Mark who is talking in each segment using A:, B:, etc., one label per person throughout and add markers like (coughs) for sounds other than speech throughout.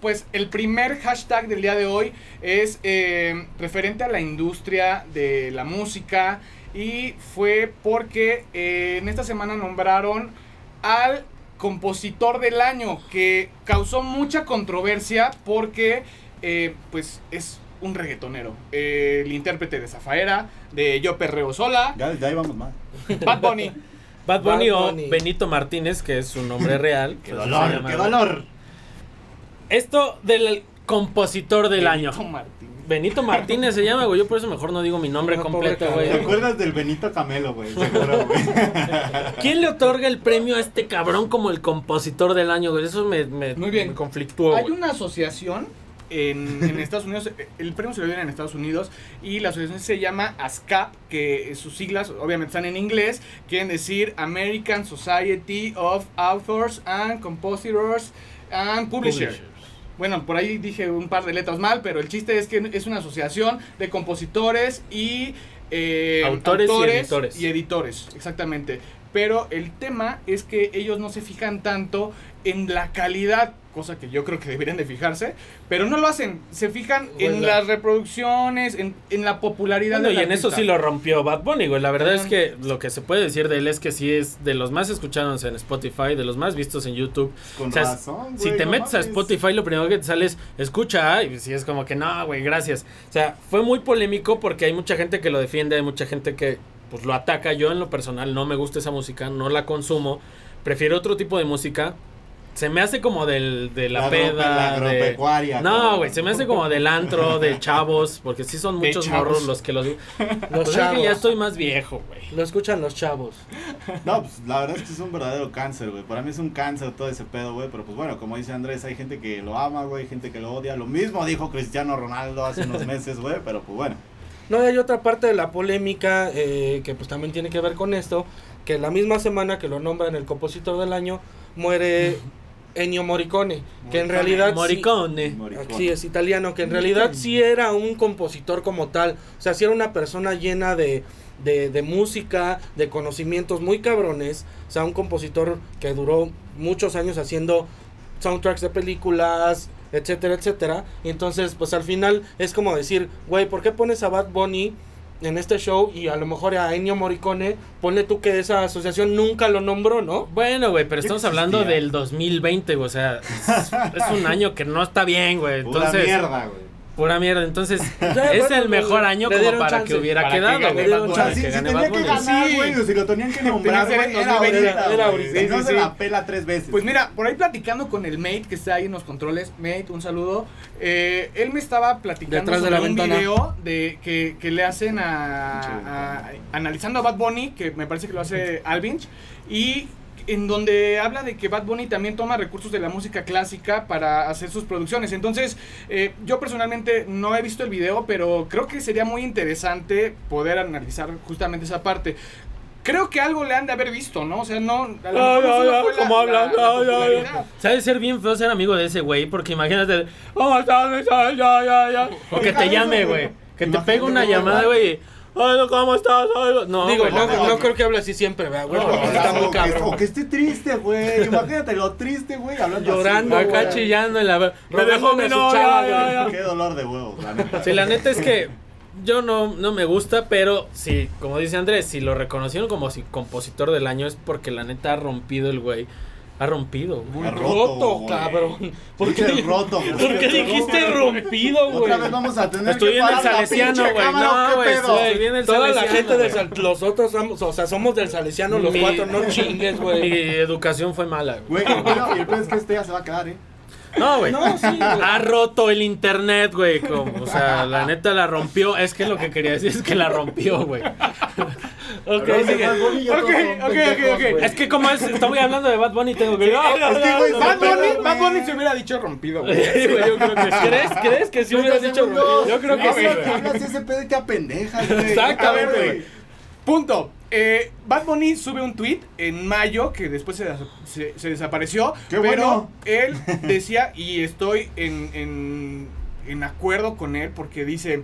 A: pues el primer hashtag del día de hoy es eh, referente a la industria de la música y fue porque eh, en esta semana nombraron al compositor del año que causó mucha controversia porque eh, pues es un reggaetonero, eh, el intérprete de Zafaera, de Yo Perreo Sola,
B: Ya, ya íbamos mal.
A: Bad Bunny.
C: Bad Bunny,
D: Bad
C: o
D: Bunny.
C: Benito Martínez, que es su nombre real.
B: ¡Qué
C: pues, se
B: dolor!
C: llama-
B: ¡Qué dolor!
C: Esto del compositor (laughs) del año.
A: Benito Martínez.
C: Benito Martínez se llama, güey. Yo por eso mejor no digo mi nombre
D: No,
C: completo,
D: pobre
C: güey.
B: ¿Te acuerdas del Benito Camelo, güey? Seguro, güey.
C: ¿Quién le otorga el premio a este cabrón como el compositor del año, güey? Eso me, me,
A: Muy bien.
C: me conflictuó,
A: Hay
C: güey.
A: una asociación en, en Estados Unidos, eh, el premio se lo dieron en Estados Unidos y la asociación se llama ASCAP, que sus siglas obviamente están en inglés, quieren decir American Society of Authors and Compositors and Publishers. Bueno, por ahí dije un par de letras mal, pero el chiste es que es una asociación de compositores y eh,
C: Autores y editores.
A: y editores, exactamente. Pero el tema es que ellos no se fijan tanto en la calidad, cosa que yo creo que deberían de fijarse, pero no lo hacen. Se fijan en
D: Bueno.
A: las reproducciones, en, en la popularidad
C: Bueno,
A: del
C: y en eso
A: artista.
C: sí lo rompió Bad Bunny, güey. La verdad es
A: Ujú.
C: que lo que se puede decir de él es que sí es de los más escuchados en Spotify, de los más vistos en YouTube.
B: Con
C: O sea,
B: razón, güey.
C: si te
B: no
C: metes a
B: mames.
C: Spotify, lo primero que te sale es escucha, y si es como que no, güey, gracias. O sea, fue muy polémico porque hay mucha gente que lo defiende, hay mucha gente que pues lo ataca. Yo en lo personal no me gusta esa música, no la consumo, prefiero otro tipo de música. Se me hace como del, de la,
B: La ropa-
C: peda.
B: la
C: de-
B: agropecuaria,
C: No,
B: cabrón.
C: güey, se me hace como del antro, de chavos, porque sí son
A: De
C: muchos
A: chavos.
C: morros los que los.
D: Los
C: Pues es que
D: chavos.
C: ya estoy más viejo, güey.
D: Lo escuchan los chavos.
B: No, pues la verdad es que es un verdadero cáncer, güey. Para mí es un cáncer todo ese pedo, güey. Pero pues bueno, como dice Andrés, hay gente que lo ama, güey. Hay gente que lo odia. Lo mismo dijo Cristiano Ronaldo hace unos meses, güey. Pero pues bueno.
D: No, y hay otra parte de la polémica eh, que pues también tiene que ver con esto, que la misma semana que lo nombran el compositor del año, muere Ennio Morricone, que
B: Morricone,
D: en realidad... sí-
C: Moricone.
B: Moricón.
D: Sí, es italiano, que en realidad sí era un compositor como tal. O sea, sí era una persona llena de, de, de música, de conocimientos muy cabrones. O sea, un compositor que duró muchos años haciendo soundtracks de películas, etcétera, etcétera. Y entonces, pues al final es como decir, güey, ¿por qué pones a Bad Bunny en este show y a lo mejor a Ennio Morricone? Ponle tú que esa asociación nunca lo nombró, ¿no?
C: Bueno, güey, pero
B: Ya
C: estamos
B: existía.
C: hablando del 2020, güey. O sea, es, es un año que no está bien, güey.
B: Pura
C: Entonces,
B: mierda, güey.
C: pura mierda. Entonces,
D: Ya,
C: es
D: bueno,
C: el mejor
D: le-
C: año
D: le
C: como
D: dieron
C: para
D: chance.
C: que hubiera
A: Para que
C: quedado,
A: gane
C: güey.
D: Bad Bunny.
B: O sea,
C: Para
B: si,
C: que
B: si
C: gane
B: tenía
C: Bad
B: que
C: Bunny.
B: ganar,
A: Sí.
B: güey, o si lo tenían que nombrar,
A: que ser
B: güey, era
A: 2020,
B: ahorita,
D: era
B: güey.
D: ahorita.
B: Si no
A: Sí,
B: se
A: sí.
B: la pela tres veces.
A: Pues mira, por ahí platicando con el mate que está ahí en los controles, mate, un saludo. Eh, él me estaba platicando
D: Detrás de la
A: un
D: ventana.
A: video de que, que le hacen
B: Pinche
A: a,
B: ventana.
A: a- analizando a Bad Bunny, que me parece que lo hace Alvinch, y en donde habla de que Bad Bunny también toma recursos de la música clásica para hacer sus producciones. Entonces, eh, yo personalmente no he visto el video, pero creo que sería muy interesante poder analizar justamente esa parte. Creo que algo le han de haber visto, ¿no? O sea, no. a lo
C: Ay,
A: mejor no
C: ay,
A: solo
C: ay,
A: fue la-
C: cómo habla,
A: la- la
C: ay, ay, ay.
A: popularidad.
C: Sabe ser bien feo ser amigo de ese güey, porque imagínate. "Oh, "¿Cómo estás, mi sol? Ya, ya, ya". O que te
B: Imagínate,
C: llame,
B: güey.
C: güey. Que te
B: Imagínate,
C: pegue una
B: güey.
C: llamada, güey. Hola, ¿cómo estás? Ay, No,
D: Digo,
C: güey,
D: no,
B: no,
D: no
B: no.
D: creo que hable así siempre, ¿verdad? güey?
C: No,
D: Porque está
B: o,
D: muy
B: que,
D: cabrón.
B: o que esté triste, güey. Imagínate lo triste, güey. Hablando
D: Llorando,
B: así, güey.
C: Acá chillando en la. Me
D: Robándole
C: dejó
D: a
C: mi
D: su
C: novia,
D: chava,
C: ya,
D: güey.
C: ya.
B: Qué dolor de huevos, la neta.
C: Sí, la neta es que yo no, no me gusta, pero sí, como dice Andrés, si lo reconocieron como si compositor del año es porque la neta ha rompido el güey. Ha rompido. güey.
B: Está
D: roto,
B: güey.
D: cabrón. ¿Por
B: Pinche
D: qué, di-
B: roto, güey.
D: ¿Por qué dijiste rompido, güey?
B: Otra vez vamos a tener
C: Estoy
B: que
C: en el
B: parar la
C: salesiano,
B: pinche
C: güey.
B: cámara, ¿o
C: No,
B: qué
C: güey,
B: pedo?
C: estoy bien en el
D: Toda la
C: salesiano,
D: gente de
C: güey.
D: Sal- los otros, somos, o sea, somos del Salesiano los
C: Mi-
D: cuatro, no
C: Mi
D: chingues, güey.
C: educación fue mala, güey.
B: Güey, el pedo- y el pedo es que este ya se va a quedar, eh.
C: No, güey.
D: No, sí, güey.
C: Ha roto el internet, güey. como, O sea, la neta la rompió. Es que lo que quería decir es que la rompió, güey.
D: (laughs) Ok,
B: Pero
D: sigue.
B: Bad Bunny ya todos
A: Ok,
B: son
A: ok,
B: pendejos,
A: ok, ok.
B: güey.
C: Es que como es, estamos hablando de Bad Bunny, tengo que... "Ah,
B: es que, güey,
A: Bad Bunny,
B: Pero,
A: Bad
B: güey.
A: Bunny se hubiera dicho rompido, güey.
C: (laughs) Sí, güey, yo creo que sí.
D: ¿Crees, ¿Crees que sí
B: Yo
D: hubieras dicho rompido? Yo creo que
B: no,
D: sí,
B: güey.
D: güey.
B: Hablas ese pedo y te apendejas, güey.
C: Exactamente,
B: A ver,
C: güey.
A: Punto. Eh, Bad Bunny sube un tweet en mayo que después se, des- se- se desapareció.
B: Qué
A: pero
B: bueno. (laughs)
A: él decía, y estoy en, en- en acuerdo con él, porque dice: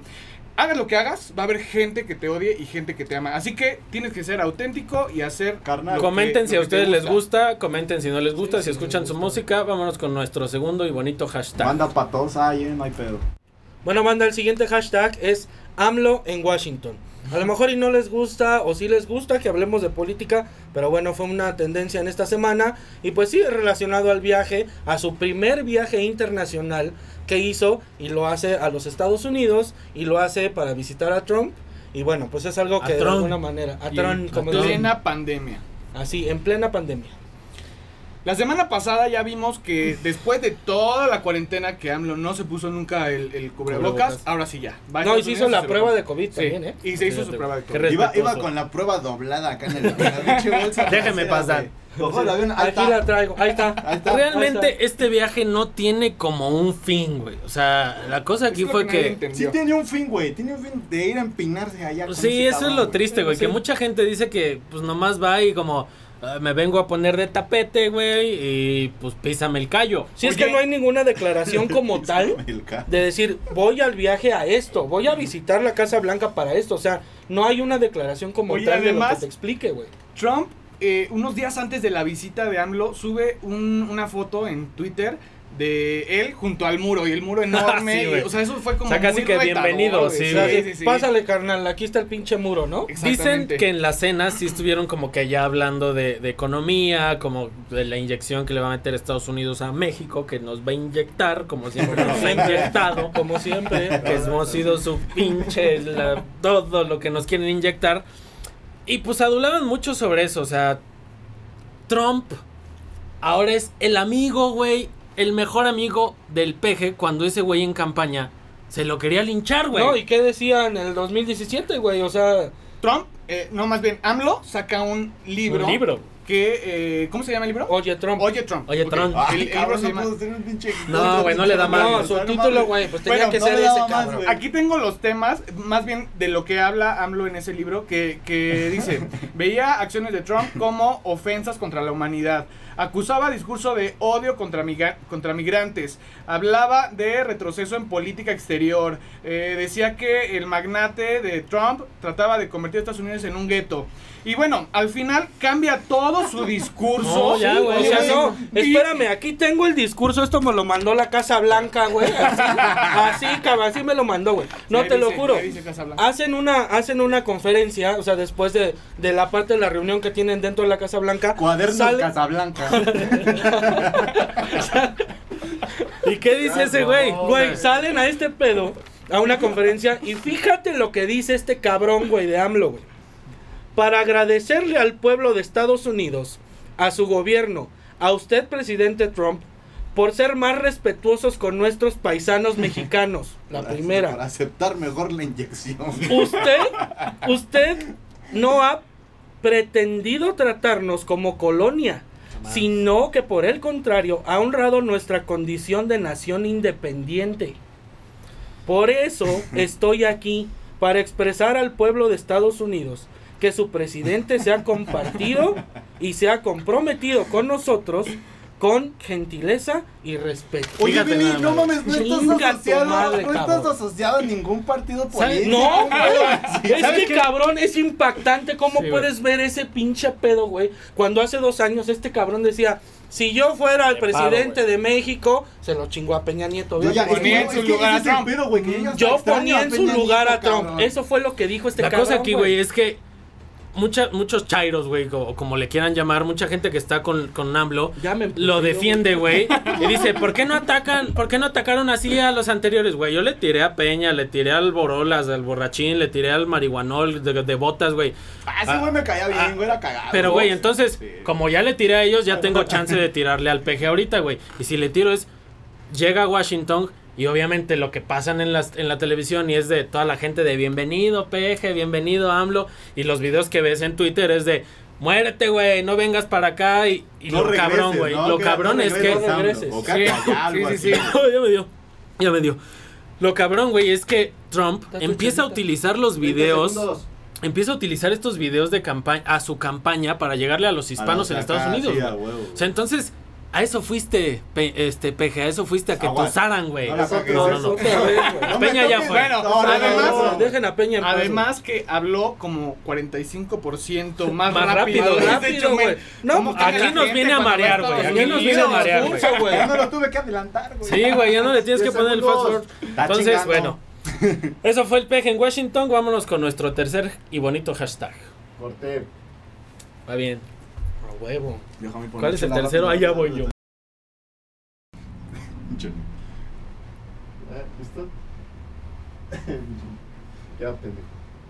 A: hagas lo que hagas, va a haber gente que te odie y gente que te ama. Así que tienes que ser auténtico y hacer.
B: Carnal.
A: lo que-
C: Comenten si a
A: lo que te
C: ustedes les gusta, comenten si no les gusta, si escuchan su música, vámonos con nuestro segundo y bonito hashtag.
B: Manda patosa ahí, eh, no hay pedo.
D: Bueno, manda el siguiente hashtag es AMLO en Washington. A lo mejor y no les gusta o sí les gusta que hablemos de política, pero bueno, fue una tendencia en esta semana y pues sí relacionado al viaje, a su primer viaje internacional que hizo y lo hace a los Estados Unidos y lo hace para visitar a Trump y bueno, pues es algo
C: A
D: que de
C: Trump.
D: alguna manera a
C: Y
D: Trump,
A: En
C: Trump.
D: como dicen,
A: plena pandemia.
D: así en plena pandemia.
A: La semana pasada ya vimos que después de toda la cuarentena que AMLO no se puso nunca el, el cubrebocas,
C: Cubrebocas.
A: ahora sí ya. Va a
D: No,
A: Estados
D: y se
A: Unidos
D: hizo la
A: se lo
D: prueba
A: pone.
D: de COVID
A: Sí,
D: también, ¿eh?
A: Y se hizo
C: Fíjate,
A: su prueba de
C: qué
A: COVID.
C: re-
B: Iba,
C: Respetuoso.
B: iba con la prueba doblada acá en el en la pinche bolsa
C: Déjeme
B: trasera,
C: pasar.
B: güey. Ojo, la avión, ahí
D: Aquí
B: está.
D: la traigo, ahí está.
B: Ahí está.
C: Realmente este viaje no tiene como un fin, güey. O sea, la cosa aquí
A: Es lo
C: fue
A: nadie
C: que...
B: Sí
A: entendió.
B: tiene un fin, güey. Tiene un fin de ir a empinarse allá. con
C: Sí,
B: ese
C: eso es
B: cabrón,
C: lo
B: güey.
C: triste, güey. Que mucha gente dice que pues nomás va y como "Ah, me vengo a poner de tapete, güey, y pues písame el callo.
D: Si es
A: Oye.
D: que no hay ninguna declaración como tal.
B: (laughs) El ca-
D: de decir voy al viaje a esto, voy a visitar la Casa Blanca para esto, o sea, no hay una declaración como
A: Oye,
D: tal de lo que
A: además-
D: te explique, güey.
A: Trump, eh, unos días antes de la visita de AMLO, sube un- una foto en Twitter de él junto al muro y el
C: (laughs)
A: muro enorme.
C: Sí,
A: y,
C: güey.
A: o sea, eso fue como.
C: O sea, casi
A: muy
C: que
A: retador,
C: bienvenido,
A: güey.
C: sí,
D: O sea,
C: güey.
D: de, Pásale, carnal, aquí está el pinche muro, ¿no?
C: Dicen
A: Exactamente.
C: que en la cena sí estuvieron como que ya hablando de, de economía, como de la inyección que le va a meter Estados Unidos a México, que nos va a inyectar, como siempre nos ha inyectado, (laughs)
D: Como siempre.
C: que hemos sido su pinche, la- todo lo que nos quieren inyectar. Y pues adulaban mucho sobre eso, o sea, Trump ahora es el amigo, güey, el mejor amigo del peje cuando ese güey en campaña se lo quería linchar, güey.
D: No, ¿y qué decía en el 2017, güey? O sea,
A: Trump, eh, no, más bien, AMLO saca un libro.
C: Un libro.
A: Que, eh, ¿Cómo se llama el libro?
D: oye, Trump.
A: Oye, Trump.
C: Oye,
A: Ok.
C: Trump.
B: Ay,
A: El- el libro
B: cabrón,
A: se
B: no
A: llama-
B: puedo tener un pinche-
C: No, güey, no le da
D: no,
C: mames.
D: su
B: mames.
D: título, güey, pues tenía
B: Bueno,
D: que
B: no
D: ser
B: le
D: ese
B: daba más,
D: cabrón.
B: güey.
A: Aquí tengo los temas, más bien de lo que habla AMLO en ese libro, que, que dice, veía acciones de Trump como ofensas contra la humanidad, acusaba discurso de odio contra, miga- contra migrantes, hablaba de retroceso en política exterior, eh, decía que el magnate de Trump trataba de convertir a Estados Unidos en un gueto. Y bueno, al final cambia todo
D: (laughs)
A: su discurso.
C: No, ya, güey,
D: O
A: Sí,
D: sea,
A: güey.
D: no,
A: Y-
D: espérame, aquí tengo el discurso, esto me lo mandó la Casa Blanca, güey. Así, (laughs) así, cabrón, así me lo mandó, güey. No
A: Ya
D: te lo
A: dice-
D: juro.
A: ya dice Casablanca.
D: Hacen una, hacen una conferencia, o sea, después de, de la parte de la reunión que tienen dentro de la Casa Blanca.
B: Cuadernos
D: sale-
B: Casablanca.
C: ¿Y qué dice ese güey?
D: Güey, salen a este pedo, a una conferencia, y fíjate lo que dice este cabrón, güey, de AMLO, güey. Para agradecerle al pueblo de Estados Unidos, a su gobierno, a usted, presidente Trump, por ser más respetuosos con nuestros paisanos mexicanos. (laughs) La
B: Para-
D: primera.
B: Para aceptar mejor la inyección.
D: Usted, usted no ha pretendido tratarnos como colonia, sino que por el contrario ha honrado nuestra condición de nación independiente. Por eso estoy aquí, para expresar al pueblo de Estados Unidos que su presidente se ha compartido y se ha comprometido con nosotros con gentileza y respeto.
B: Oye,
C: Fíjate
B: Vini,
C: nada
B: no
C: más.
B: mames, no
D: Chinga
B: estás
D: tu
B: asociado,
D: madre,
B: no estás
D: cabrón.
B: asociado a ningún partido
C: ¿Sabes?
B: político. (laughs)
D: No,
B: güey. Sí,
D: güey. Es
B: ¿sabes
D: que
B: qué?
D: cabrón, es impactante cómo
C: Sí,
D: puedes ver ese pinche pedo, güey. Cuando hace dos años este cabrón decía, si yo fuera el
C: Me paro,
D: presidente
C: güey.
D: de México, se lo chingó a Peña Nieto.
B: Yo
D: ¿verdad?
B: ya- es que,
A: Ponía en
B: güey,
A: su
B: es que
A: lugar
B: ese
A: a
B: es el
A: Trump.
B: pedo, güey, que ya hasta
D: Yo
B: extraño
D: ponía
B: a
D: en su
B: Peña
D: lugar
B: Nieto,
D: a Trump.
B: cabrón.
D: Eso fue lo que dijo este
C: La
D: cabrón.
C: cosa aquí, güey, es que mucha- muchos chairos, güey, o o como le quieran llamar, mucha gente que está con, con AMLO,
D: Ya me
C: lo
D: emputé,
C: defiende, güey, y
D: (laughs)
C: dice, ¿por qué no atacan, por qué no atacaron así a los anteriores, güey? Yo le tiré a Peña, le tiré al Borolas, al Borrachín, le tiré al Marihuanol de, de botas, güey.
B: Ah, ese
C: Ah,
B: güey me caía
C: ah,
B: bien, güey, era cagado.
C: Pero, güey, entonces,
B: Sí.
C: como ya le tiré a
B: (laughs)
C: ellos, ya tengo chance de tirarle al PG ahorita, güey. Y si le tiro es, llega a Washington y obviamente lo que pasan en, las, en la televisión y es de toda la gente de bienvenido PG, bienvenido AMLO. Y los videos que ves en Twitter es de, muérete, güey, no vengas para acá. Y, y
B: No
C: lo
B: regreses,
C: cabrón, güey,
B: ¿no?
C: lo
B: Que-
C: cabrón
B: no
C: es que...
B: regreses,
D: regreses.
B: AMLO, o
A: Sí,
B: calla, algo
A: sí, sí,
B: así.
A: sí.
C: (coughs) ya me dio, ya me dio. Lo cabrón, güey, es que Trump
D: Está tu
C: empieza a
D: chelita.
C: utilizar los videos
B: Segundos.
C: empieza a utilizar estos videos de campaña a su campaña para llegarle a los hispanos
B: A
C: en
B: los
C: Estados
B: acá,
C: Unidos.
B: sí,
C: güey.
B: a huevo.
C: O sea, entonces A eso fuiste, pe- este, peje, a eso fuiste a que
B: Aguanta.
C: tosaran, güey.
B: No la cagues,
C: No, no, no.
D: Otra vez, güey.
B: No me
C: Peña ya
B: toques. pues,
C: fue.
A: Bueno,
B: No, no,
A: además-
B: no, no.
D: dejen a Peña en paz,
A: Además que habló como
C: (laughs)
A: 45% más,
C: Más
A: rápido.
C: rápido,
A: Este
D: rápido,
A: Chumel,
D: güey. No,
A: ¿cómo
C: aquí
A: caga la
C: nos
A: gente
C: viene a
A: cuando va
C: marear,
A: Estados
C: güey. Aquí nos viene a
A: Unidos?
C: marear, güey.
A: Puta, güey.
B: Ya no lo tuve que adelantar, güey.
C: Sí, güey, ya no le tienes que
B: Diez
C: poner el fast
B: segundos.
C: forward.
B: Está
C: Entonces,
B: chingando. (laughs)
C: bueno. Eso fue el peje en Washington. Vámonos con nuestro tercer y bonito hashtag.
E: Corté.
C: Va bien.
D: güey. A huevo.
B: Déjame poner
C: ¿Cuál es el
B: la
C: tercero?
B: rápida.
C: Ahí ya voy yo.
E: Ah, ¿Listo? (laughs) ya, pendejo.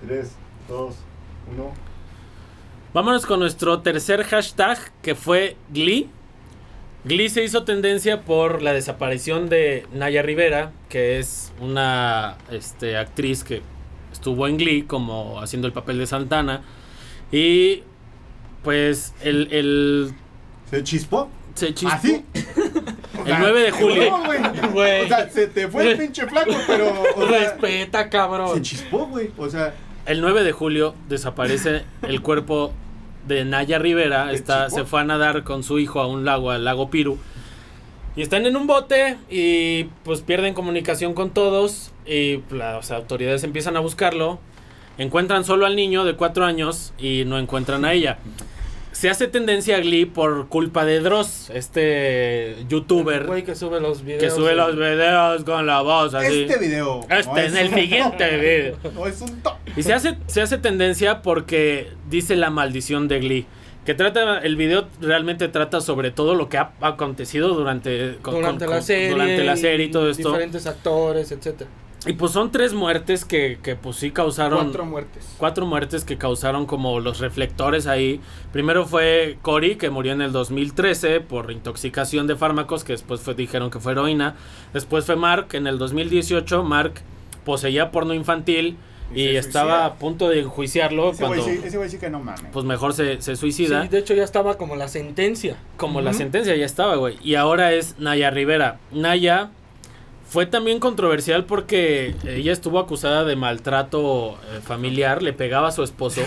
E: 3, 2, 1.
C: Vámonos con nuestro tercer hashtag que fue Glee. Glee se hizo tendencia por la desaparición de Naya Rivera, que es una este, actriz que estuvo en Glee como haciendo el papel de Santana. Y pues el, el
B: ¿Se chispó? ¿Ah,
C: se chispó
B: ¿Así?
C: el 9 de julio.
B: No, güey.
C: (laughs) Güey.
B: O sea, se te fue el pinche flaco, pero. o sea,
D: Respeta,
B: se
D: cabrón.
B: chispó, güey. O sea,
C: El 9 de julio desaparece el cuerpo de Naya Rivera.
B: ¿De
C: Está,
B: chico?
C: se fue a nadar con su hijo a un lago, al lago Piru. Y están en un bote y pues pierden comunicación con todos. Y las autoridades empiezan a buscarlo. Encuentran solo al niño de 4 años y no encuentran a ella. Se hace tendencia a Glee por culpa de Dross, este youtuber
D: Güey que sube los videos.
C: que sube los videos con la voz así.
B: este video. (laughs) no
C: Este,
B: es
C: en el
B: un-
C: siguiente video.
B: No es un top.
C: Y se hace, se hace tendencia porque dice la maldición de Glee. Que trata, el video realmente trata sobre todo lo que ha acontecido durante, con-
D: Durante
C: con-
D: la
C: con-
D: serie.
C: durante la serie y todo esto.
D: Diferentes actores, etcétera.
C: Y pues son tres muertes que, que pues sí causaron.
A: Cuatro muertes.
C: cuatro muertes que causaron como los reflectores ahí. Primero fue Cory, que murió en el 2013 por intoxicación de fármacos, que después fue- dijeron que fue heroína. Después fue Mark, en el 2018 Mark poseía porno infantil
B: Y
C: y,
B: se
C: estaba
B: suicida.
C: a punto de enjuiciarlo
B: Ese güey
C: cuando
B: sí- eh. ese güey sí que no mames.
C: pues mejor se, se
D: Sí,
C: suicida.
D: de hecho ya estaba como la sentencia.
C: Como la
A: Ujú.
C: sentencia ya estaba, güey. Y ahora es Naya Rivera. Naya fue también controversial porque ella estuvo acusada de maltrato eh, familiar, le pegaba a su esposo.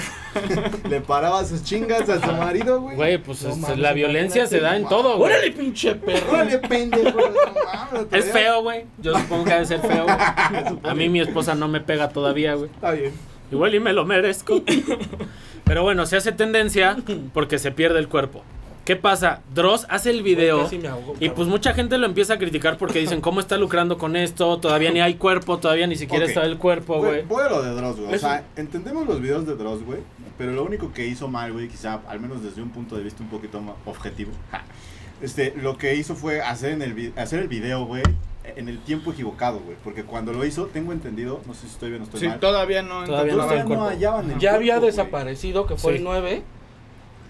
B: Le paraba sus chingas a su marido, güey.
C: Güey, pues
B: No
C: este,
B: mames,
C: la violencia
B: imagínate, pues,
C: se da en
B: no
C: todo, güey.
D: pinche
B: mames. Órale, pendejo. no mames,
C: Es
B: todavía-
C: feo, güey. Yo supongo que ha de ser
B: (laughs)
C: feo, güey. A mí mi esposa no me pega todavía, güey.
B: Está bien.
C: Igual y me
B: (laughs)
C: lo merezco. Pero bueno, se hace tendencia porque se pierde el cuerpo. ¿Qué pasa? Dross hace el video.
D: Casi me ahogó,
C: Y pues mucha gente lo empieza a criticar porque dicen, ¿cómo está lucrando con esto? Todavía ni hay cuerpo, todavía ni siquiera
B: Ok.
C: está el cuerpo,
B: Güey,
C: güey.
B: voy a lo de Dross, güey. O
D: Eso-
B: sea, entendemos los videos de Dross, güey. Pero lo único que hizo mal, güey, quizá, al menos desde un punto de vista un poquito más objetivo, (laughs) ja, este, lo que hizo fue hacer, en el, vi- hacer el video, güey, en el tiempo equivocado, güey. Porque cuando lo hizo, tengo entendido, no sé si estoy bien o estoy
A: Sí,
B: mal.
A: todavía no
C: Todavía no
A: encontraban-
C: está el cuerpo.
B: hallaban el
D: Ya había
B: cuerpo, güey.
D: desaparecido, que fue
C: Sí.
D: el 9.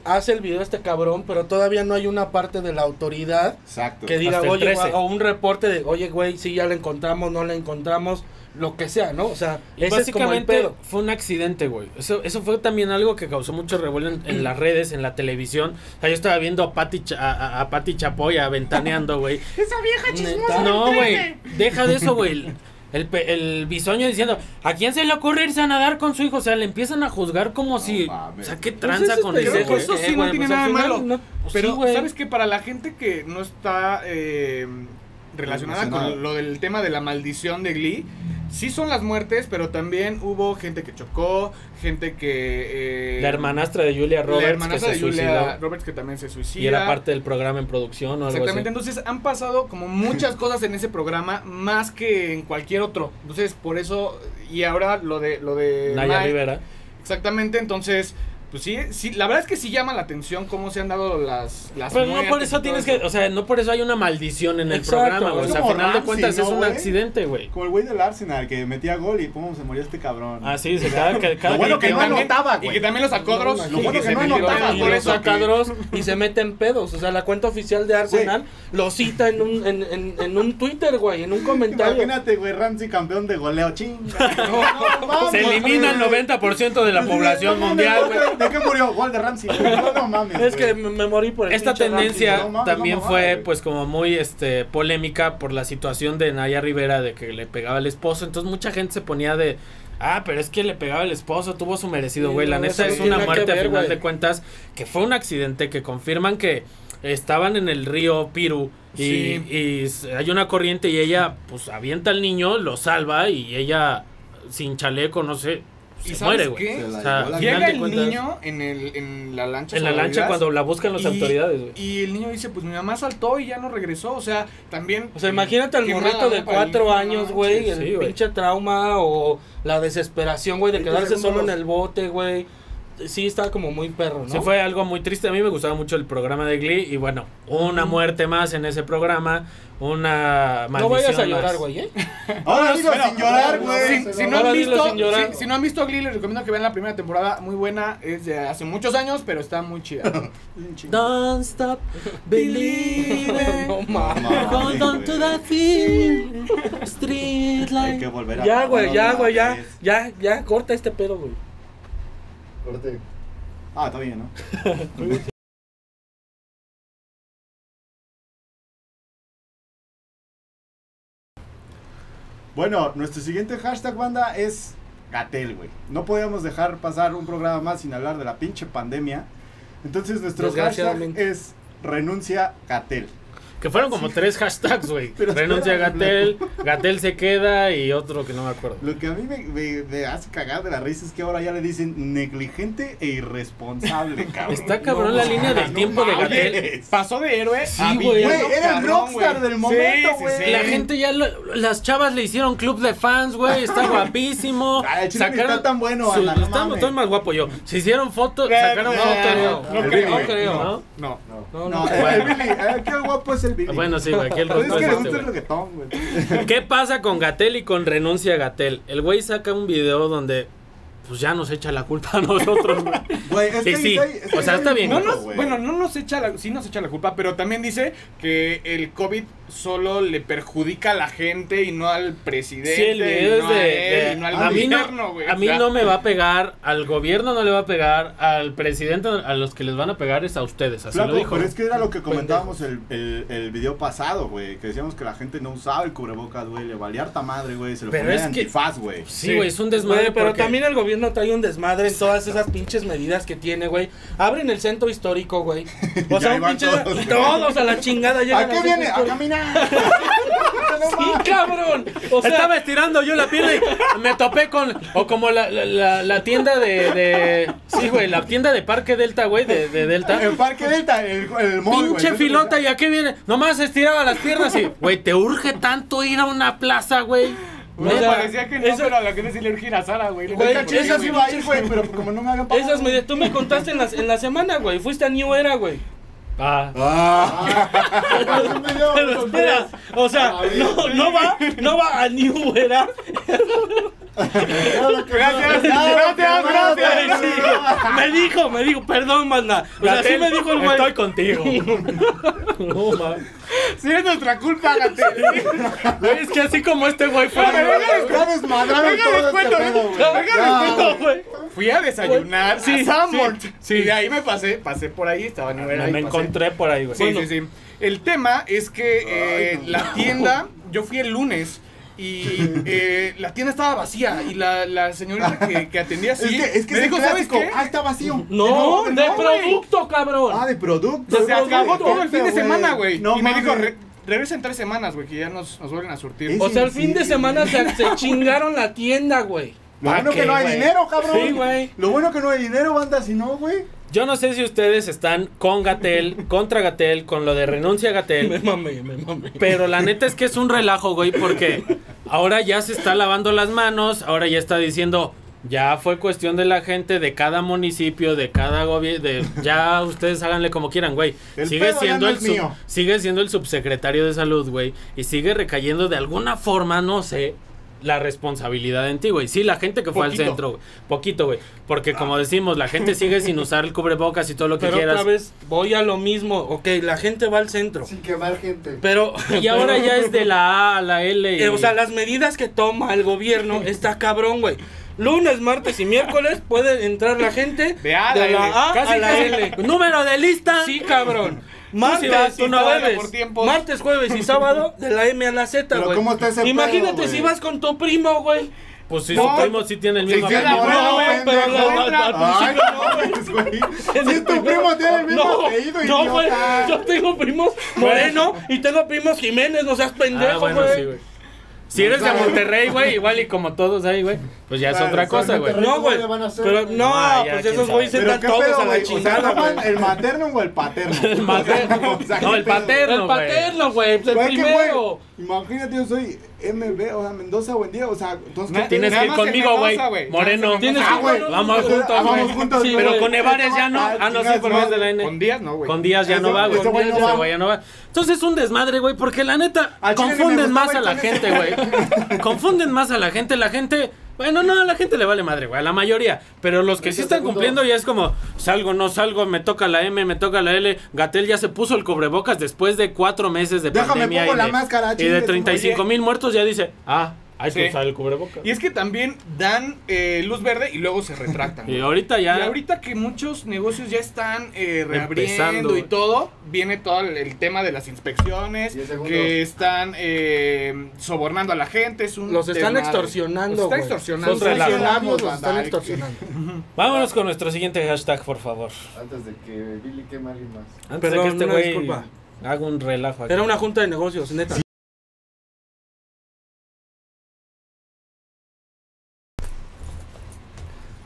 D: Hace el video este cabrón, pero todavía no hay una parte de la autoridad
B: Exacto.
D: que diga,
C: Hasta el
D: oye,
C: 13.
D: o un reporte de, oye, güey, sí, ya la encontramos, no la encontramos, lo que sea, ¿no? O sea,
C: Y
D: ese es como el
C: básicamente
D: pedo.
C: fue un accidente, güey. Eso, eso fue también algo que causó mucho revuelo en, en las redes, en la televisión. O sea, yo estaba viendo a Pati, Cha- a, a- a Pati Chapoy aventaneando, güey.
A: Esa vieja chismosa.
C: No,
A: del
C: güey.
A: trece.
C: Deja de eso, güey. El- El, pe- el bisoño diciendo, ¿a quién se le ocurre irse a nadar con su hijo? O sea, le empiezan a juzgar como si...
B: mames.
C: o sea, ¿qué
D: Pues
C: tranza
D: ese
C: con
D: pendejo,
C: ese,
A: Creo que
C: güey?
A: eso sí
D: Eh,
A: no
D: güey,
A: tiene
D: pues, al
A: nada de malo.
D: final, no- pues, sí,
A: Pero,
D: güey.
A: ¿sabes que Para la gente que no está eh, relacionada
B: Relacionada.
A: con lo del tema de la maldición de Glee, sí son las muertes, pero también hubo gente que chocó, gente que... eh,
C: La hermanastra de Julia
A: la
C: Roberts
A: hermanastra
C: que
A: de
C: se
A: Julia
C: suicidó.
A: Roberts que también se suicida.
C: Y era parte del programa en producción o algo así.
A: Exactamente, entonces han pasado como
C: (laughs)
A: muchas cosas en ese programa más que en cualquier otro. Entonces, por eso, y ahora lo de... Lo de
C: Naya
A: Mike,
C: Rivera.
A: Exactamente, entonces, pues sí, sí, la verdad es que sí llama la atención cómo se han dado las... las
C: Pero no
A: muertes
C: por
A: y
C: eso
A: todo
C: tienes que, o sea, no por eso hay una maldición en el
D: Exacto,
C: programa, güey.
D: es
C: O sea, al
B: como
C: final de
B: Ramsey,
C: cuentas es
B: ¿no,
C: un
B: güey?
C: accidente, güey.
B: Como el güey del Arsenal que metía gol y pum, se murió este cabrón.
C: Así, se cada, cada,
B: Lo bueno
A: Y que
B: que no
A: también-
B: anotaba,
A: Y
B: güey.
A: que también los sacodros.
D: Lo bueno
A: y
D: que
A: se
B: no
A: metió
B: anotaba,
A: a-
D: Y
A: por
D: lo
A: eso
D: saca
A: que-
D: Dross y se mete en pedos. O sea, la cuenta oficial de Arsenal lo cita en un, en, en, en un Twitter, güey, en un comentario.
B: Imagínate, güey, Ramsey campeón de goleo, chinga.
A: (laughs)
D: No, no,
B: mames,
C: Se elimina el
B: güey.
C: 90% de la población mundial, güey.
B: ¿De qué murió? Gol de Ramsey. güey. No, no mames.
D: es que
B: güey.
D: me, me morí por el
C: Esta
D: pinche Ramsey,
C: tendencia
B: no mames,
C: también
B: no mames,
C: fue
B: güey.
C: pues como muy este polémica por la situación de Naya Rivera de que le pegaba al esposo, entonces mucha gente se ponía de ah, pero es que le pegaba al esposo, tuvo su merecido,
D: Sí,
C: güey. La
D: no,
C: neta
D: eso no
C: es
D: tiene
C: una
D: nada que
C: muerte a
D: ver,
C: final
D: güey.
C: de cuentas que fue un accidente que confirman que estaban en el río Piru y,
A: Sí.
C: y s- hay una corriente y ella pues avienta al niño, lo salva y ella sin chaleco, no sé,
A: ¿Y
C: se
A: sabes
C: muere, güey.
D: ¿Eh?
A: qué?
B: Se la
C: O sea,
B: llevó (laughs) la-
C: al final
A: Llega
C: de
A: el
C: cuentas-
A: niño en, el, en la lancha.
C: En la
A: salvavidas,
C: lancha cuando la buscan las
A: y-
C: autoridades, güey.
A: Y el niño dice, pues mi mamá saltó y ya no regresó. O sea, también...
D: O sea, imagínate al
A: qué
D: morrito
A: mala
D: de
A: onda para el
D: cuatro
A: niño, no
D: años,
A: manches.
D: güey,
C: sí,
D: el
C: sí, güey.
D: pinche trauma o la desesperación, güey, de
E: Ahorita
D: quedarse
E: según
D: solo en
E: los-
D: el bote, güey. Sí, está como muy perro, ¿no?
C: Sí, fue algo muy triste. A mí me gustaba mucho el programa de Glee. Y bueno, una muerte más en ese programa. Una maldición
D: No vayas a llorar,
C: más.
D: güey, ¿eh?
B: Ahora digo, sin llorar, güey.
A: Si, si no han
D: Ahora dilo
A: visto,
D: sin llorar.
A: si, si no han visto Glee, les recomiendo que vean la primera temporada. Muy buena, es de hace muchos años, pero está muy
B: (laughs)
A: chida.
C: Don't
D: (laughs)
C: stop believing.
D: No mames.
C: Hold on to that feeling. Street
B: Hay que
C: light.
B: volver a
D: Ya, güey, ya, güey, ya.
B: Es-
D: Ya, ya, corta este pedo, güey.
E: Corte.
B: Ah, está bien, ¿no? (laughs) Bueno, nuestro siguiente hashtag, banda, es Gatel, güey. No podíamos dejar pasar un programa más sin hablar de la pinche pandemia. Entonces, nuestro hashtag
D: Desgraciadamente.
B: es Renuncia Gatel.
C: Que fueron como tres hashtags, (laughs) güey.
B: Pero
C: Renuncia a
B: espera,
C: Gatel. (laughs) Gatel se queda y otro que no me acuerdo.
B: Lo que a mí me, me- me hace cagar de la risa es que ahora ya le dicen negligente e irresponsable,
C: (laughs)
B: cabrón.
C: Está cabrón la línea del tiempo de Gatel.
B: mames.
A: Ah, Pasó de héroe a
C: güey.
A: villano,
B: Güey, era el
A: cabrón,
B: rockstar
A: güey.
B: del momento,
A: Sí, sí,
B: güey.
A: sí.
C: La gente ya, lo- las chavas le hicieron club de fans, güey, (laughs) está guapísimo.
B: Ay, Ah, el chile ni está tan bueno, Ana, no
C: está-
B: mames.
C: estoy más guapo yo. Se hicieron fotos,
A: Eh,
C: sacaron
A: no,
C: fotos.
A: no, creo,
B: El Billy,
A: no
C: creo,
A: creo.
C: ¿no?
A: No.
E: No.
D: No, no.
B: No, el, el Billy, eh, qué guapo es el Billy.
C: Bueno, sí, güey, aquí el
B: Pero es
C: rostro
B: que
C: es
B: le
C: este,
B: gusta el
C: güey.
B: reggaetón, güey.
C: ¿Qué pasa con Gatel y con renuncia a Gatel? El güey saca un video donde pues ya nos echa la culpa a
A: (laughs)
C: nosotros, güey.
B: Güey, es
C: Sí,
B: que ahí
C: sí.
B: está- es que
C: O sea,
B: ahí
C: está
B: hay
C: bien,
A: No
B: punto,
A: nos,
B: güey.
A: bueno, no nos echa la, sí nos echa la culpa, pero también dice que el COVID solo le perjudica a la gente y no al presidente.
C: Sí, el
A: y
C: video es
A: este, no
C: de,
A: a
C: de-
A: él, y no al
C: a mí
A: gobierno,
C: no,
A: güey,
C: a
A: o
C: mí
A: sea.
C: no me va a pegar, al gobierno no le va a pegar, al presidente, a los que les van a pegar es a ustedes, así
B: Flaco,
C: lo dijo.
B: pero es que era lo que comentábamos el, el, el video pasado, güey. Que decíamos que la gente no usaba el cubrebocas, güey. Le valía harta madre, güey. Se lo
C: Pero
B: ponía
C: es
B: de
C: que- Pues,
B: antifaz, güey.
C: Sí, güey, es un desmadre.
D: Güey, pero
C: porque-
D: también el gobierno trae un desmadre en todas esas pinches medidas que tiene, güey. Abren el centro
B: (laughs)
D: histórico, güey. O
B: Ya
D: sea,
B: ahí
D: un
B: van
D: pinche.
B: todos.
D: (laughs) Todos, a la chingada llegan.
B: ¿A
D: al
B: qué
D: centro
B: viene? A
D: histórico.
B: caminar.
D: Sí, cabrón. O sea,
C: Estaba estirando yo la pierna y me topé con. O como la, la, la- la tienda de, de- Sí, güey, la tienda de Parque Delta, güey, de, de Delta.
B: El Parque Delta, el, el mall, güey.
C: Pinche filota, ¿y a qué viene? Nomás estiraba las piernas (laughs) y. Güey, te urge tanto ir a una plaza, güey.
A: Güey,
D: O sea,
A: parecía que no,
D: eso-
A: pero a la gente sí le urge ir a Sara, güey. Le
D: Güey,
A: urge
B: Caché,
A: ir,
B: esas
A: güey.
B: iba a ir, güey, pero como no me hagan pagar.
D: esas medidas. Tú me contaste en la, en la semana, güey. Fuiste a New Era, güey.
C: Ah.
B: Ah.
D: Pero espera, o sea, no, no va, no va a New
C: (laughs)
D: Era.
A: Gracias,
B: Claro,
A: gracias,
B: claro,
A: gracias.
B: claro.
D: Me dijo, me dijo, perdón, manda. O sea, sí me dijo el güey.
C: Estoy contigo. (laughs) No, mames.
A: Sí, es nuestra culpa, Gatel.
C: Güey, es que así como este güey fue.
A: Pero
B: (laughs)
A: venga,
B: Está desmadrado
A: Venga,
B: todo
A: les
B: este
A: cuento,
B: pedo,
A: ¿eh?
B: güey.
A: No, venga, les
B: Ya,
A: cuento.
B: güey.
D: No, güey.
A: Fui a desayunar
D: Sí,
A: a Sanborns.
D: sí,
A: y de ahí me pasé, pasé por ahí, estaba en
B: Ah,
A: Nueva
C: Me,
A: y
C: me
A: pasé.
C: encontré por ahí, güey.
A: Sí, sí, sí. El tema es que eh, la tienda, yo fui el lunes y
B: (laughs)
A: eh, la tienda estaba vacía y la, la señorita que, que atendía
B: (laughs) Es
A: así
B: que, es que
A: me
B: es
A: dijo,
B: el
A: ¿sabes
B: clásico.
A: qué?
B: Ah, está vacío.
D: No,
A: No,
D: de
A: no, güey.
D: producto, cabrón.
B: Ah, de producto.
A: Se acabó todo el fin de
B: Güey.
A: semana, güey.
B: No
A: y me
B: mames.
A: dijo, "Re- regresa en tres semanas, güey, que ya nos, nos vuelven a surtir.
B: Es
D: O sea, el fin de
B: Sí.
D: semana se, se chingaron la tienda, güey.
B: Lo bueno
C: ¿Pa'
B: que
C: qué,
B: no hay
C: güey?
B: dinero, cabrón.
D: Sí, güey.
B: Lo bueno que no hay dinero, banda, si no, güey.
C: Yo no sé si ustedes están con Gatel, contra Gatel, con lo de renuncia a
D: Me
C: Gatel.
D: mame, me mame.
C: Pero la neta es que es un relajo, güey, porque ahora ya se está lavando las manos, ahora ya está diciendo, ya fue cuestión de la gente, de cada municipio, de cada gobierno, ya ustedes háganle como quieran, güey.
B: El
C: Sigue
B: pedo ya
C: siendo
B: no
C: el
B: es
C: sub-
B: mío.
C: sigue siendo el subsecretario de salud, güey, y sigue recayendo de alguna forma, no sé. La responsabilidad en ti, güey. Sí, la gente que fue
A: Poquito.
C: al centro, güey. Poquito, güey. Porque
B: Ah.
C: como decimos, la gente sigue sin usar el cubrebocas y todo lo que
D: Pero
C: quieras.
D: otra vez voy a lo mismo. Ok, la gente va al centro.
E: Sin quemar gente.
D: Pero.
C: Y ahora ya es de la A a la L. y-
D: Eh, o sea, las medidas que toma
C: (laughs)
D: el gobierno está cabrón, güey. Lunes, martes y miércoles puede entrar la gente
A: De A a la L.
D: A
C: Ah, Casi,
D: a la
C: casi.
D: L.
C: Número de lista.
D: Sí, cabrón. Martes,
C: sí vas, tú no
D: jueves,
A: vas por tiempos.
D: martes, jueves y sábado de la M a la Z,
B: Pero
D: güey.
B: ¿cómo está ese pedo,
D: Imagínate
B: güey?
D: si vas con tu primo, güey.
C: Pues si
A: No.
C: su primo sí tiene el
A: Sí,
C: mismo
A: sí,
C: apellido.
A: no,
C: No,
A: güey,
C: pero
A: no,
C: la- al- al
B: Ay,
C: principio
B: no, mames, güey. Si tu primo tiene el mismo apellido,
D: (laughs) no,
B: idiota.
D: güey. Yo tengo primos Moreno y tengo primos Jiménez, no seas pendejo,
C: Ah, bueno,
D: güey.
C: sí, güey. Si eres de Monterrey, güey, igual y como todos ahí, güey, pues ya es
B: Claro,
C: otra cosa,
E: exactamente.
C: güey.
D: No, güey.
E: ¿Cómo le van a hacer,
D: Pero
E: güey?
D: no,
C: Ah, ya,
D: pues
C: quién
D: esos
C: sabe.
D: güeyes
B: Pero
D: entran
B: qué
D: todos
B: pedo,
D: a la
B: güey. O sea,
D: chingada,
B: ¿toman
D: güey.
B: ¿el materno o el paterno?
C: El materno.
B: (laughs) O sea,
C: No,
B: ¿qué
C: el
B: pedo?
C: paterno,
D: El
C: güey.
D: paterno, güey, pues el
B: Güey, que, güey,
D: primero.
B: Imagínate, yo soy MB, o sea, Mendoza o Buendía, o sea, entonces,
A: Na-
B: ¿qué
C: Tienes
A: Nada
C: que ir
A: más en
C: conmigo, güey.
A: Mendoza, güey.
C: Moreno.
A: Tienes
B: que ir
C: güey.
B: con-
C: Vamos juntos,
B: Vamos
C: güey.
B: juntos,
C: Sí,
B: güey.
C: pero con Evares ya no.
B: Ah,
C: Ah, no, sí,
B: chingas,
C: porque es de
B: madre.
C: la N.
A: Con días, no, güey.
C: Con Díaz ya
B: Ese-
C: no va, güey.
B: ese
C: Con
B: güey
C: Díaz
B: no
C: ese
B: va.
C: güey ya no va. Entonces es un desmadre, güey, porque la neta
B: Al chile ni me
C: confunden
B: gustó,
C: más
B: güey,
C: a la
B: con
C: gente, güey.
B: (laughs)
C: Confunden más a la gente. La gente, bueno, no, a la gente le vale madre, güey, a la mayoría. Pero los que sí están cumpliendo ya es como, salgo, no salgo, me toca la M, me toca la L. Gatel ya se puso el cubrebocas después de cuatro meses de
B: Déjame,
C: pandemia.
B: pongo
C: y
B: la
C: de,
B: máscara,
C: y
B: chingue
C: de
B: su madre.
C: 35 mil muertos ya dice, ah, hay que
A: Sí.
C: usar el cubrebocas.
A: Y es que también dan eh, luz verde y luego se retractan.
C: (laughs) Y
A: güey.
C: ahorita ya...
A: Y ahorita que muchos negocios ya están eh,
C: Empezando,
A: reabriendo y
C: güey.
A: todo, viene todo el, el tema de las inspecciones,
E: Diez segundos.
A: que están eh, sobornando a la gente. Es un
D: Los están
A: desmadre.
D: extorsionando,
A: Los están
D: güey.
A: extorsionando.
C: Son tres lados.
B: labios,
D: Los están
B: banda, (laughs)
D: extorsionando.
C: Vámonos con nuestro siguiente hashtag, por favor.
E: Antes de que Billy queme a alguien más.
C: Antes
D: Perdón,
C: de
D: una
C: que este güey
D: disculpa.
C: haga un relajo aquí.
D: Era una junta de negocios, neta.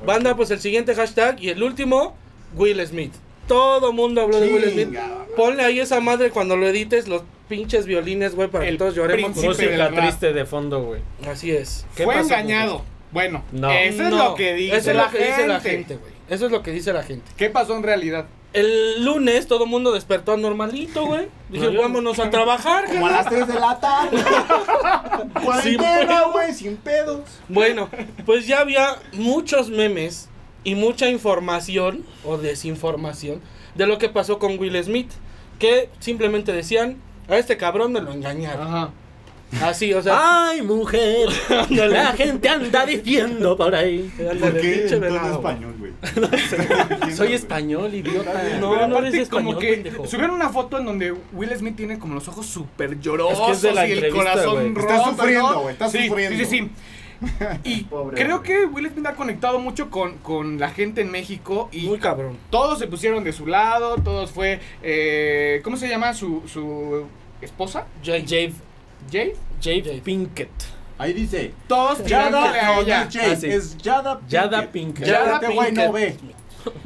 D: Banda, pues el siguiente hashtag y el último, Will Smith. Todo mundo habló de Will Smith.
B: Chinga.
D: Ponle ahí esa madre cuando lo edites, los pinches violines, güey, para que
A: El
D: todos lloremos.
A: príncipe.
C: música
A: del rap.
C: triste de fondo, güey.
D: Así es.
C: ¿Qué
A: Fue
C: pasó con
A: engañado. Bueno,
C: No.
A: eso es
D: No,
A: lo que dice,
D: eso es
A: la,
D: lo que dice
A: gente.
D: la gente, güey. Eso es lo que dice la gente.
A: ¿Qué pasó en realidad?
D: El lunes todo el mundo despertó normalito, güey. Dije,
C: No, yo-
D: vámonos a trabajar,
A: (laughs)
B: Como a
D: carnal".
B: las 3 de la tarde. Cuarentena, güey, sin pedos.
D: Bueno, pues ya había muchos memes y mucha información o desinformación de lo que pasó con Will Smith, que simplemente decían, a este cabrón me lo engañaron.
A: Ajá.
D: Así, o sea,
C: Ay, mujer,
D: (laughs)
C: la gente anda diciendo por ahí.
D: ándale,
B: ¿Por qué
D: pinche
B: en tono
D: venado.
B: español, güey?
C: Soy español, idiota.
D: No,
A: Pero
D: no
A: aparte,
D: eres español,
A: como que
D: pendejo.
A: subieron una foto en donde Will Smith tiene como los ojos súper llorosos
C: Es que es de la
A: y el
C: entrevista,
A: corazón
C: güey.
A: roto.
B: Está sufriendo,
A: ¿no?
B: güey, está
A: Sí,
B: sufriendo.
A: Sí, sí, sí.
B: (laughs)
A: Y
E: Pobre
A: creo
E: hombre.
A: que Will Smith ha conectado mucho con, con la gente en México y
D: Muy cabrón.
A: todos se pusieron de su lado, todos fue... eh, ¿Cómo se llama su, su esposa?
D: Jake.
C: Jave,
A: ¿Jade?
C: Jave Pinkett.
B: Ahí dice.
A: Todos tirándole
B: Yada,
A: a
B: no, no
A: ella.
B: es Jade,
C: Ah, sí.
B: es Yada Pinkett.
C: Yada Pinkett.
B: Yada
A: Yada
B: este güey no ve.
A: Pinkett.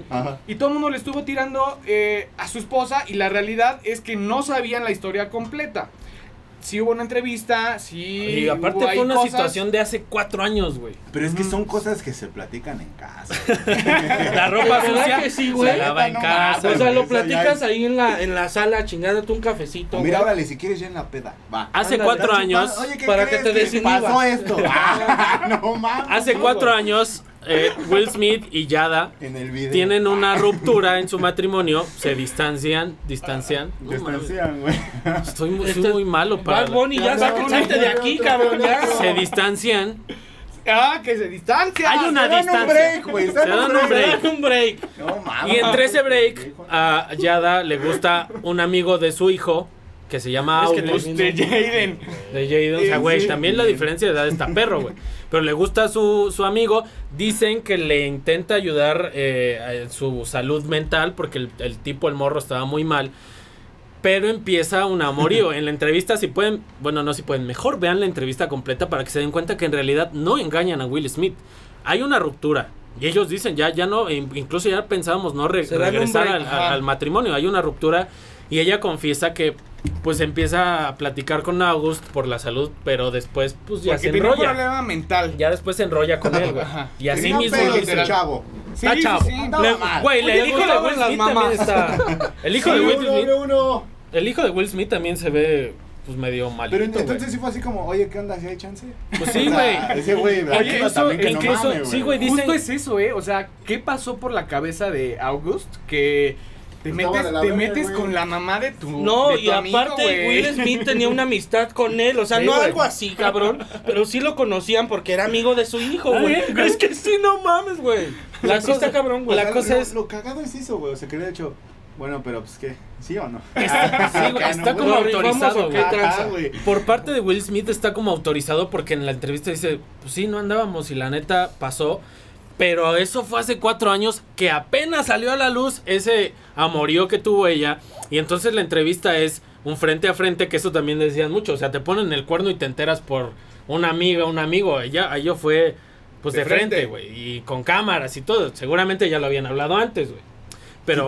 B: Ajá.
A: Y todo el mundo le estuvo tirando eh, a su esposa y la realidad es que no sabían la historia completa. Si hubo una entrevista, si
C: Y aparte
A: hubo ahí
C: fue una
A: cosas.
C: situación de hace cuatro años, güey.
B: Pero es que son cosas que se platican en casa.
C: La ropa
D: ¿Verdad
C: sucia
D: que sí, güey?
C: se lava en
B: No
C: casa.
D: O sea,
B: güey,
D: lo
B: eso ya
D: platicas
B: es-
D: ahí en la, en la sala chingándote un cafecito.
B: Mira,
D: güey.
B: órale, si quieres ya en la peda. Va.
C: Hace
D: Ándale,
C: cuatro
B: Estás
C: años,
B: chupando, Oye, ¿qué
D: para que
B: crees
D: te desinhibas.
B: Pasó
C: (laughs)
B: esto. Ah, no mames.
C: hace cuatro años, eh, Will Smith y Yada
B: En el video.
C: tienen una ruptura en su matrimonio, se distancian, distancian. No
B: Distancian, güey.
C: mames, Estoy muy, soy
D: Este-
C: muy malo para.
D: Bad Bunny, ya,
E: Ya, no,
D: sáquense
E: no,
D: de
E: no,
D: aquí,
E: no,
D: cabrón,
E: no,
D: ya.
E: no.
C: Se distancian.
A: Ah, que se distancia.
C: Hay una
B: Se dan un
C: distancia.
B: break, güey.
C: Se dan un break.
D: Dale un break.
B: No mames.
C: Y entre ese break, a Yada le gusta un amigo de su hijo que se llama
D: Es que
C: August.
A: De Jaden.
C: de Jaden, o sea, güey,
A: Sí.
C: también la diferencia de edad está perro, güey. Pero le gusta su, su amigo. Dicen que le intenta ayudar eh, a su salud mental porque el, el tipo, el morro, estaba muy mal. Pero empieza
A: (laughs)
C: un amorío. En la entrevista, si pueden, bueno, no si pueden, mejor vean la entrevista completa para que se den cuenta que en realidad no engañan a Will Smith. Hay una ruptura. Y ellos dicen, ya, ya no, in- incluso ya pensábamos no re-
D: Se dan un
C: regresar
D: break,
C: al-
A: ajá.
C: al matrimonio. Hay una ruptura. Y ella confiesa que pues empieza a platicar con August por la salud, pero después pues ya
A: Porque
C: se
A: tiene un
C: enrolla.
A: problema mental.
C: Ya después se enrolla con él, güey.
A: Ajá.
C: Y así
B: Tenía
C: mismo
B: pedos
C: dice
B: de
C: el
B: chavo.
A: Sí,
C: Está chavo.
A: sí, sí.
B: Andaba mal.
C: Güey, le-
D: Oye,
C: el hijo de
D: gustaban
C: Will
D: las
C: Smith también
D: mamás.
C: está. El hijo de
E: uno,
C: Will Smith.
E: abre uno.
C: El hijo de Will Smith también se ve pues medio malito,
B: Pero
C: güey.
B: entonces sí fue así como, oye, ¿qué onda? ¿Si hay chance?
C: Pues sí,
A: (laughs)
C: güey.
B: Ah, Ese güey, la
C: Oye,
B: neta
C: eso-
B: también que
C: en
B: no
C: que eso-
B: mames,
C: sí, güey, di-
A: Justo
C: Dicen-
A: es eso, ¿eh? O sea, ¿qué pasó por la cabeza de August? Que te
E: Estaba de
A: metes,
E: la
A: te
E: verga,
A: metes
E: güey.
A: con la mamá de tu.
D: No,
A: de tu
D: y
A: amigo,
D: aparte
A: güey.
D: Will
A: (laughs)
D: Smith tenía una amistad con él, o sea,
A: Sí,
D: no
A: güey.
D: algo así, cabrón, pero sí lo conocían porque era amigo de su hijo,
C: Ah,
D: güey.
C: ¿eh?
D: Es que sí, no mames, güey. La cosa está cabrón, güey.
B: O sea,
D: La cosa
B: lo,
D: es
B: Lo cagado es eso, güey. O sea, que le he dicho, Bueno, pero pues qué, ¿sí o no?
C: Sí, güey, está como
D: ¿Lo rifamos
C: autorizado,
D: o
C: güey.
D: qué
B: Ajá,
D: tranza?
B: güey.
C: Por parte de Will Smith está como autorizado porque en la entrevista dice, pues sí, no andábamos y la neta pasó. Pero eso fue hace cuatro años que apenas salió a la luz ese amorío que tuvo ella. Y entonces la entrevista es un frente a frente, que eso también decían mucho. O sea, te ponen el cuerno y te enteras por una amiga, un amigo. Ella, a ello fue pues
A: De
C: de,
A: frente.
C: frente, güey. Y con cámaras y todo. Seguramente ya lo habían hablado antes, güey. Pero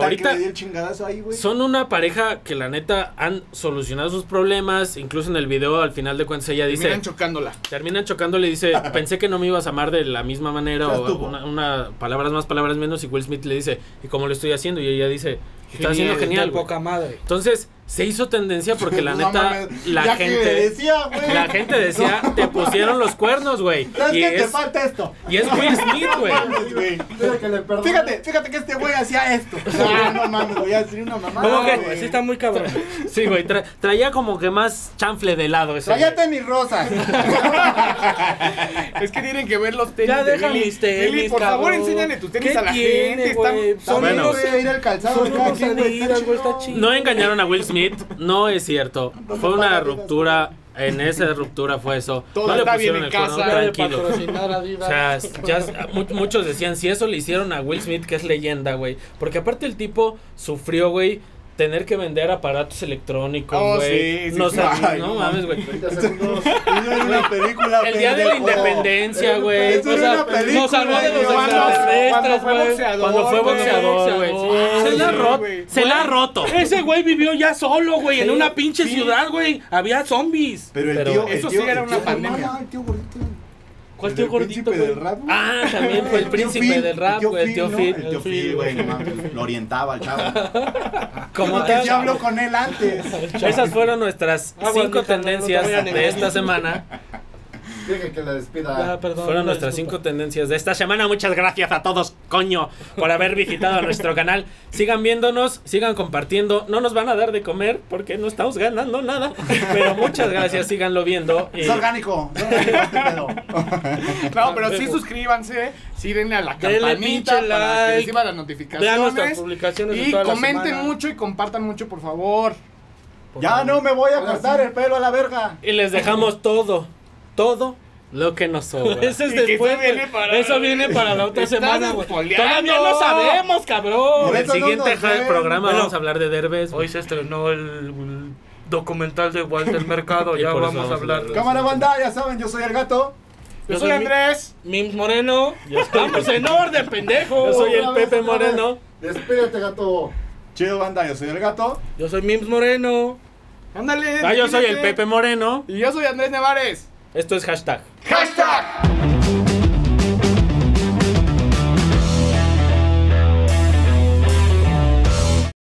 B: ¿Qué tal que
C: ahorita...
B: le dio el chingadazo ahí, güey?
C: Pues Son una pareja que la neta han solucionado sus problemas. Incluso en el video, al final de cuentas, ella dice.
A: Terminan chocándola.
C: terminan chocando,
B: (laughs)
C: le dice, pensé que no me ibas a amar de la misma manera.
B: Ya
C: O
B: estuvo.
C: una, una- palabras más, palabras menos. Y Will Smith le dice, ¿y cómo lo estoy haciendo? Y ella dice, está haciendo
D: Está
C: genial. güey".
D: poca madre.
C: Entonces, se hizo tendencia porque
B: (laughs)
C: la
B: No
C: neta,
B: mames,
C: la
B: ya que le
C: gente.
B: decía, güey.
C: La
B: (laughs)
C: gente decía, te pusieron los cuernos, güey.
B: ¿Sabes
C: Y
B: qué? Te
C: es,
B: falta esto.
C: y es Will Smith,
B: (laughs)
C: güey.
B: Mames, güey.
E: Dile que le perdone.
B: Fíjate, fíjate que este güey hacía
C: (laughs)
B: esto. No, no mames, güey, a decir una
A: Ah,
B: mamada.
D: ¿Cómo que?
B: güey.
D: Sí, está muy cabrón.
A: (laughs)
C: Sí, güey. tra- traía como que más chanfle de lado ese.
B: Traía
C: güey.
B: tenis
C: (laughs)
B: rosas.
A: Es que tienen que ver los tenis.
D: Ya
A: de
D: deja
A: Billy.
D: mis tenis,
A: Billy, por favor,
D: cabrón.
A: enséñale tus tenis
D: ¿Qué
A: a la
D: tiene,
A: gente.
D: güey? Pues,
A: Están...
D: Son
B: Bueno.
D: unos-
B: Voy a ir al calzado.
D: son
B: cada
D: unos
B: quien, güey,
D: Adidas, güey, está chido.
C: No engañaron a Will Smith, no es cierto. Fue una
B: pagan
C: ruptura, en esa ruptura fue eso.
A: Todo
C: no le
A: está bien
C: pusieron
A: en
C: el cuerno,
A: casa.
D: Ya de
C: tranquilo.
D: patrocinar
C: O
D: Adidas.
C: sea, ya- mu- muchos decían, si eso le hicieron a Will Smith, que es leyenda, güey. Porque aparte el tipo sufrió, güey, tener que vender aparatos electrónicos,
A: Oh,
C: güey.
A: sí, sí,
C: no,
A: sí.
C: sabes,
B: Ay,
C: no
B: no
C: mames, güey.
E: Veinte segundos.
B: Eso era una película,
C: El día
A: (laughs)
C: de la
B: pendejo.
C: independencia, güey.
B: Eso era una película,
C: nos salvó de los
B: güey.
A: Cuando- cuando
C: extraterrestres,
A: fue
C: güey.
A: boxeador,
C: Cuando fue
A: güey.
C: boxeador, güey.
A: Boxeador,
C: Se la ha
A: sí,
C: roto.
A: güey.
C: Se la ha roto.
D: Ese güey vivió ya solo, güey, en
C: Sí,
D: una pinche
C: sí.
D: ciudad, güey. Había zombies.
B: Pero el
C: Pero
B: tío, el
A: eso
B: tío-
A: sí era
B: el
A: una
B: tío-
A: pandemia.
B: No, no, el tío gordito.
D: ¿Cuál
B: El
D: tío
B: del
D: gordito,
B: príncipe
D: güey?
B: del rap, güey.
C: Ah, también fue el
B: tío
C: príncipe
B: Phil,
C: del rap, güey, el tío
B: ¿no?
C: Phil.
B: El tío Phil, güey, no mames, lo orientaba al chavo.
C: (laughs) Como
B: Porque
C: tal,
B: sí habló con él antes.
C: (laughs) esas fueron nuestras
D: Ah, bueno,
C: cinco
D: mija, no, no te
C: tendencias
D: voy a negar.
C: de esta semana.
E: Dije que le
D: Ah,
E: despida.
D: perdón,
C: Fueron
D: una
C: nuestras
D: disculpa.
C: cinco tendencias de esta semana. Muchas gracias a todos, coño, por haber visitado nuestro canal. Sigan viéndonos, sigan compartiendo. No nos van a dar de comer porque no estamos ganando nada. Pero muchas gracias, síganlo viendo. y-
B: Es orgánico. Es orgánico este pedo.
C: (laughs)
A: No, pero sí suscríbanse, sí denle a la
D: Denle
A: campanita
D: pinche
A: para que
D: like.
A: reciban las
D: Vean nuestras
A: notificaciones.
D: publicaciones de
A: Y
D: toda la
A: comenten
D: semana.
A: mucho y compartan mucho, por favor.
D: Por
B: Ya
D: favor.
B: no me voy a cortar el pelo a la verga.
C: Y les dejamos todo, todo lo que nos sobra.
D: Ese es
A: Y que
D: después,
A: eso viene
D: güey.
A: para-
D: Eso viene para
A: (laughs)
D: la otra
A: Estás
D: semana, güey.
A: espoleando.
D: Todavía no sabemos, cabrón.
B: Por
C: En el
B: eso no
C: siguiente
B: nos
C: ja-
B: ven.
C: programa
D: Bueno.
C: vamos a hablar de Derbez.
F: Hoy se estrenó el, el documental de Walter Mercado,
C: (laughs) Y
F: ya
C: por eso
F: vamos a
C: vamos a
F: hablar.
C: hablar de
B: Cámara banda, ya saben, yo soy el gato.
A: Yo,
D: Yo
A: soy
D: soy mi-
A: Andrés.
D: Mims Moreno. Vamos en orden, pendejo.
C: Yo soy el
E: Una vez,
C: Pepe
E: otra vez.
C: Moreno.
E: Despídete, gato.
B: Chido banda, yo soy el gato.
D: Yo soy Mims Moreno.
A: Ándale.
C: Ah, yo soy el
A: defínete.
C: Pepe Moreno.
A: Y yo soy Andrés Nevares.
C: Esto es hashtag.
A: ¡Hashtag!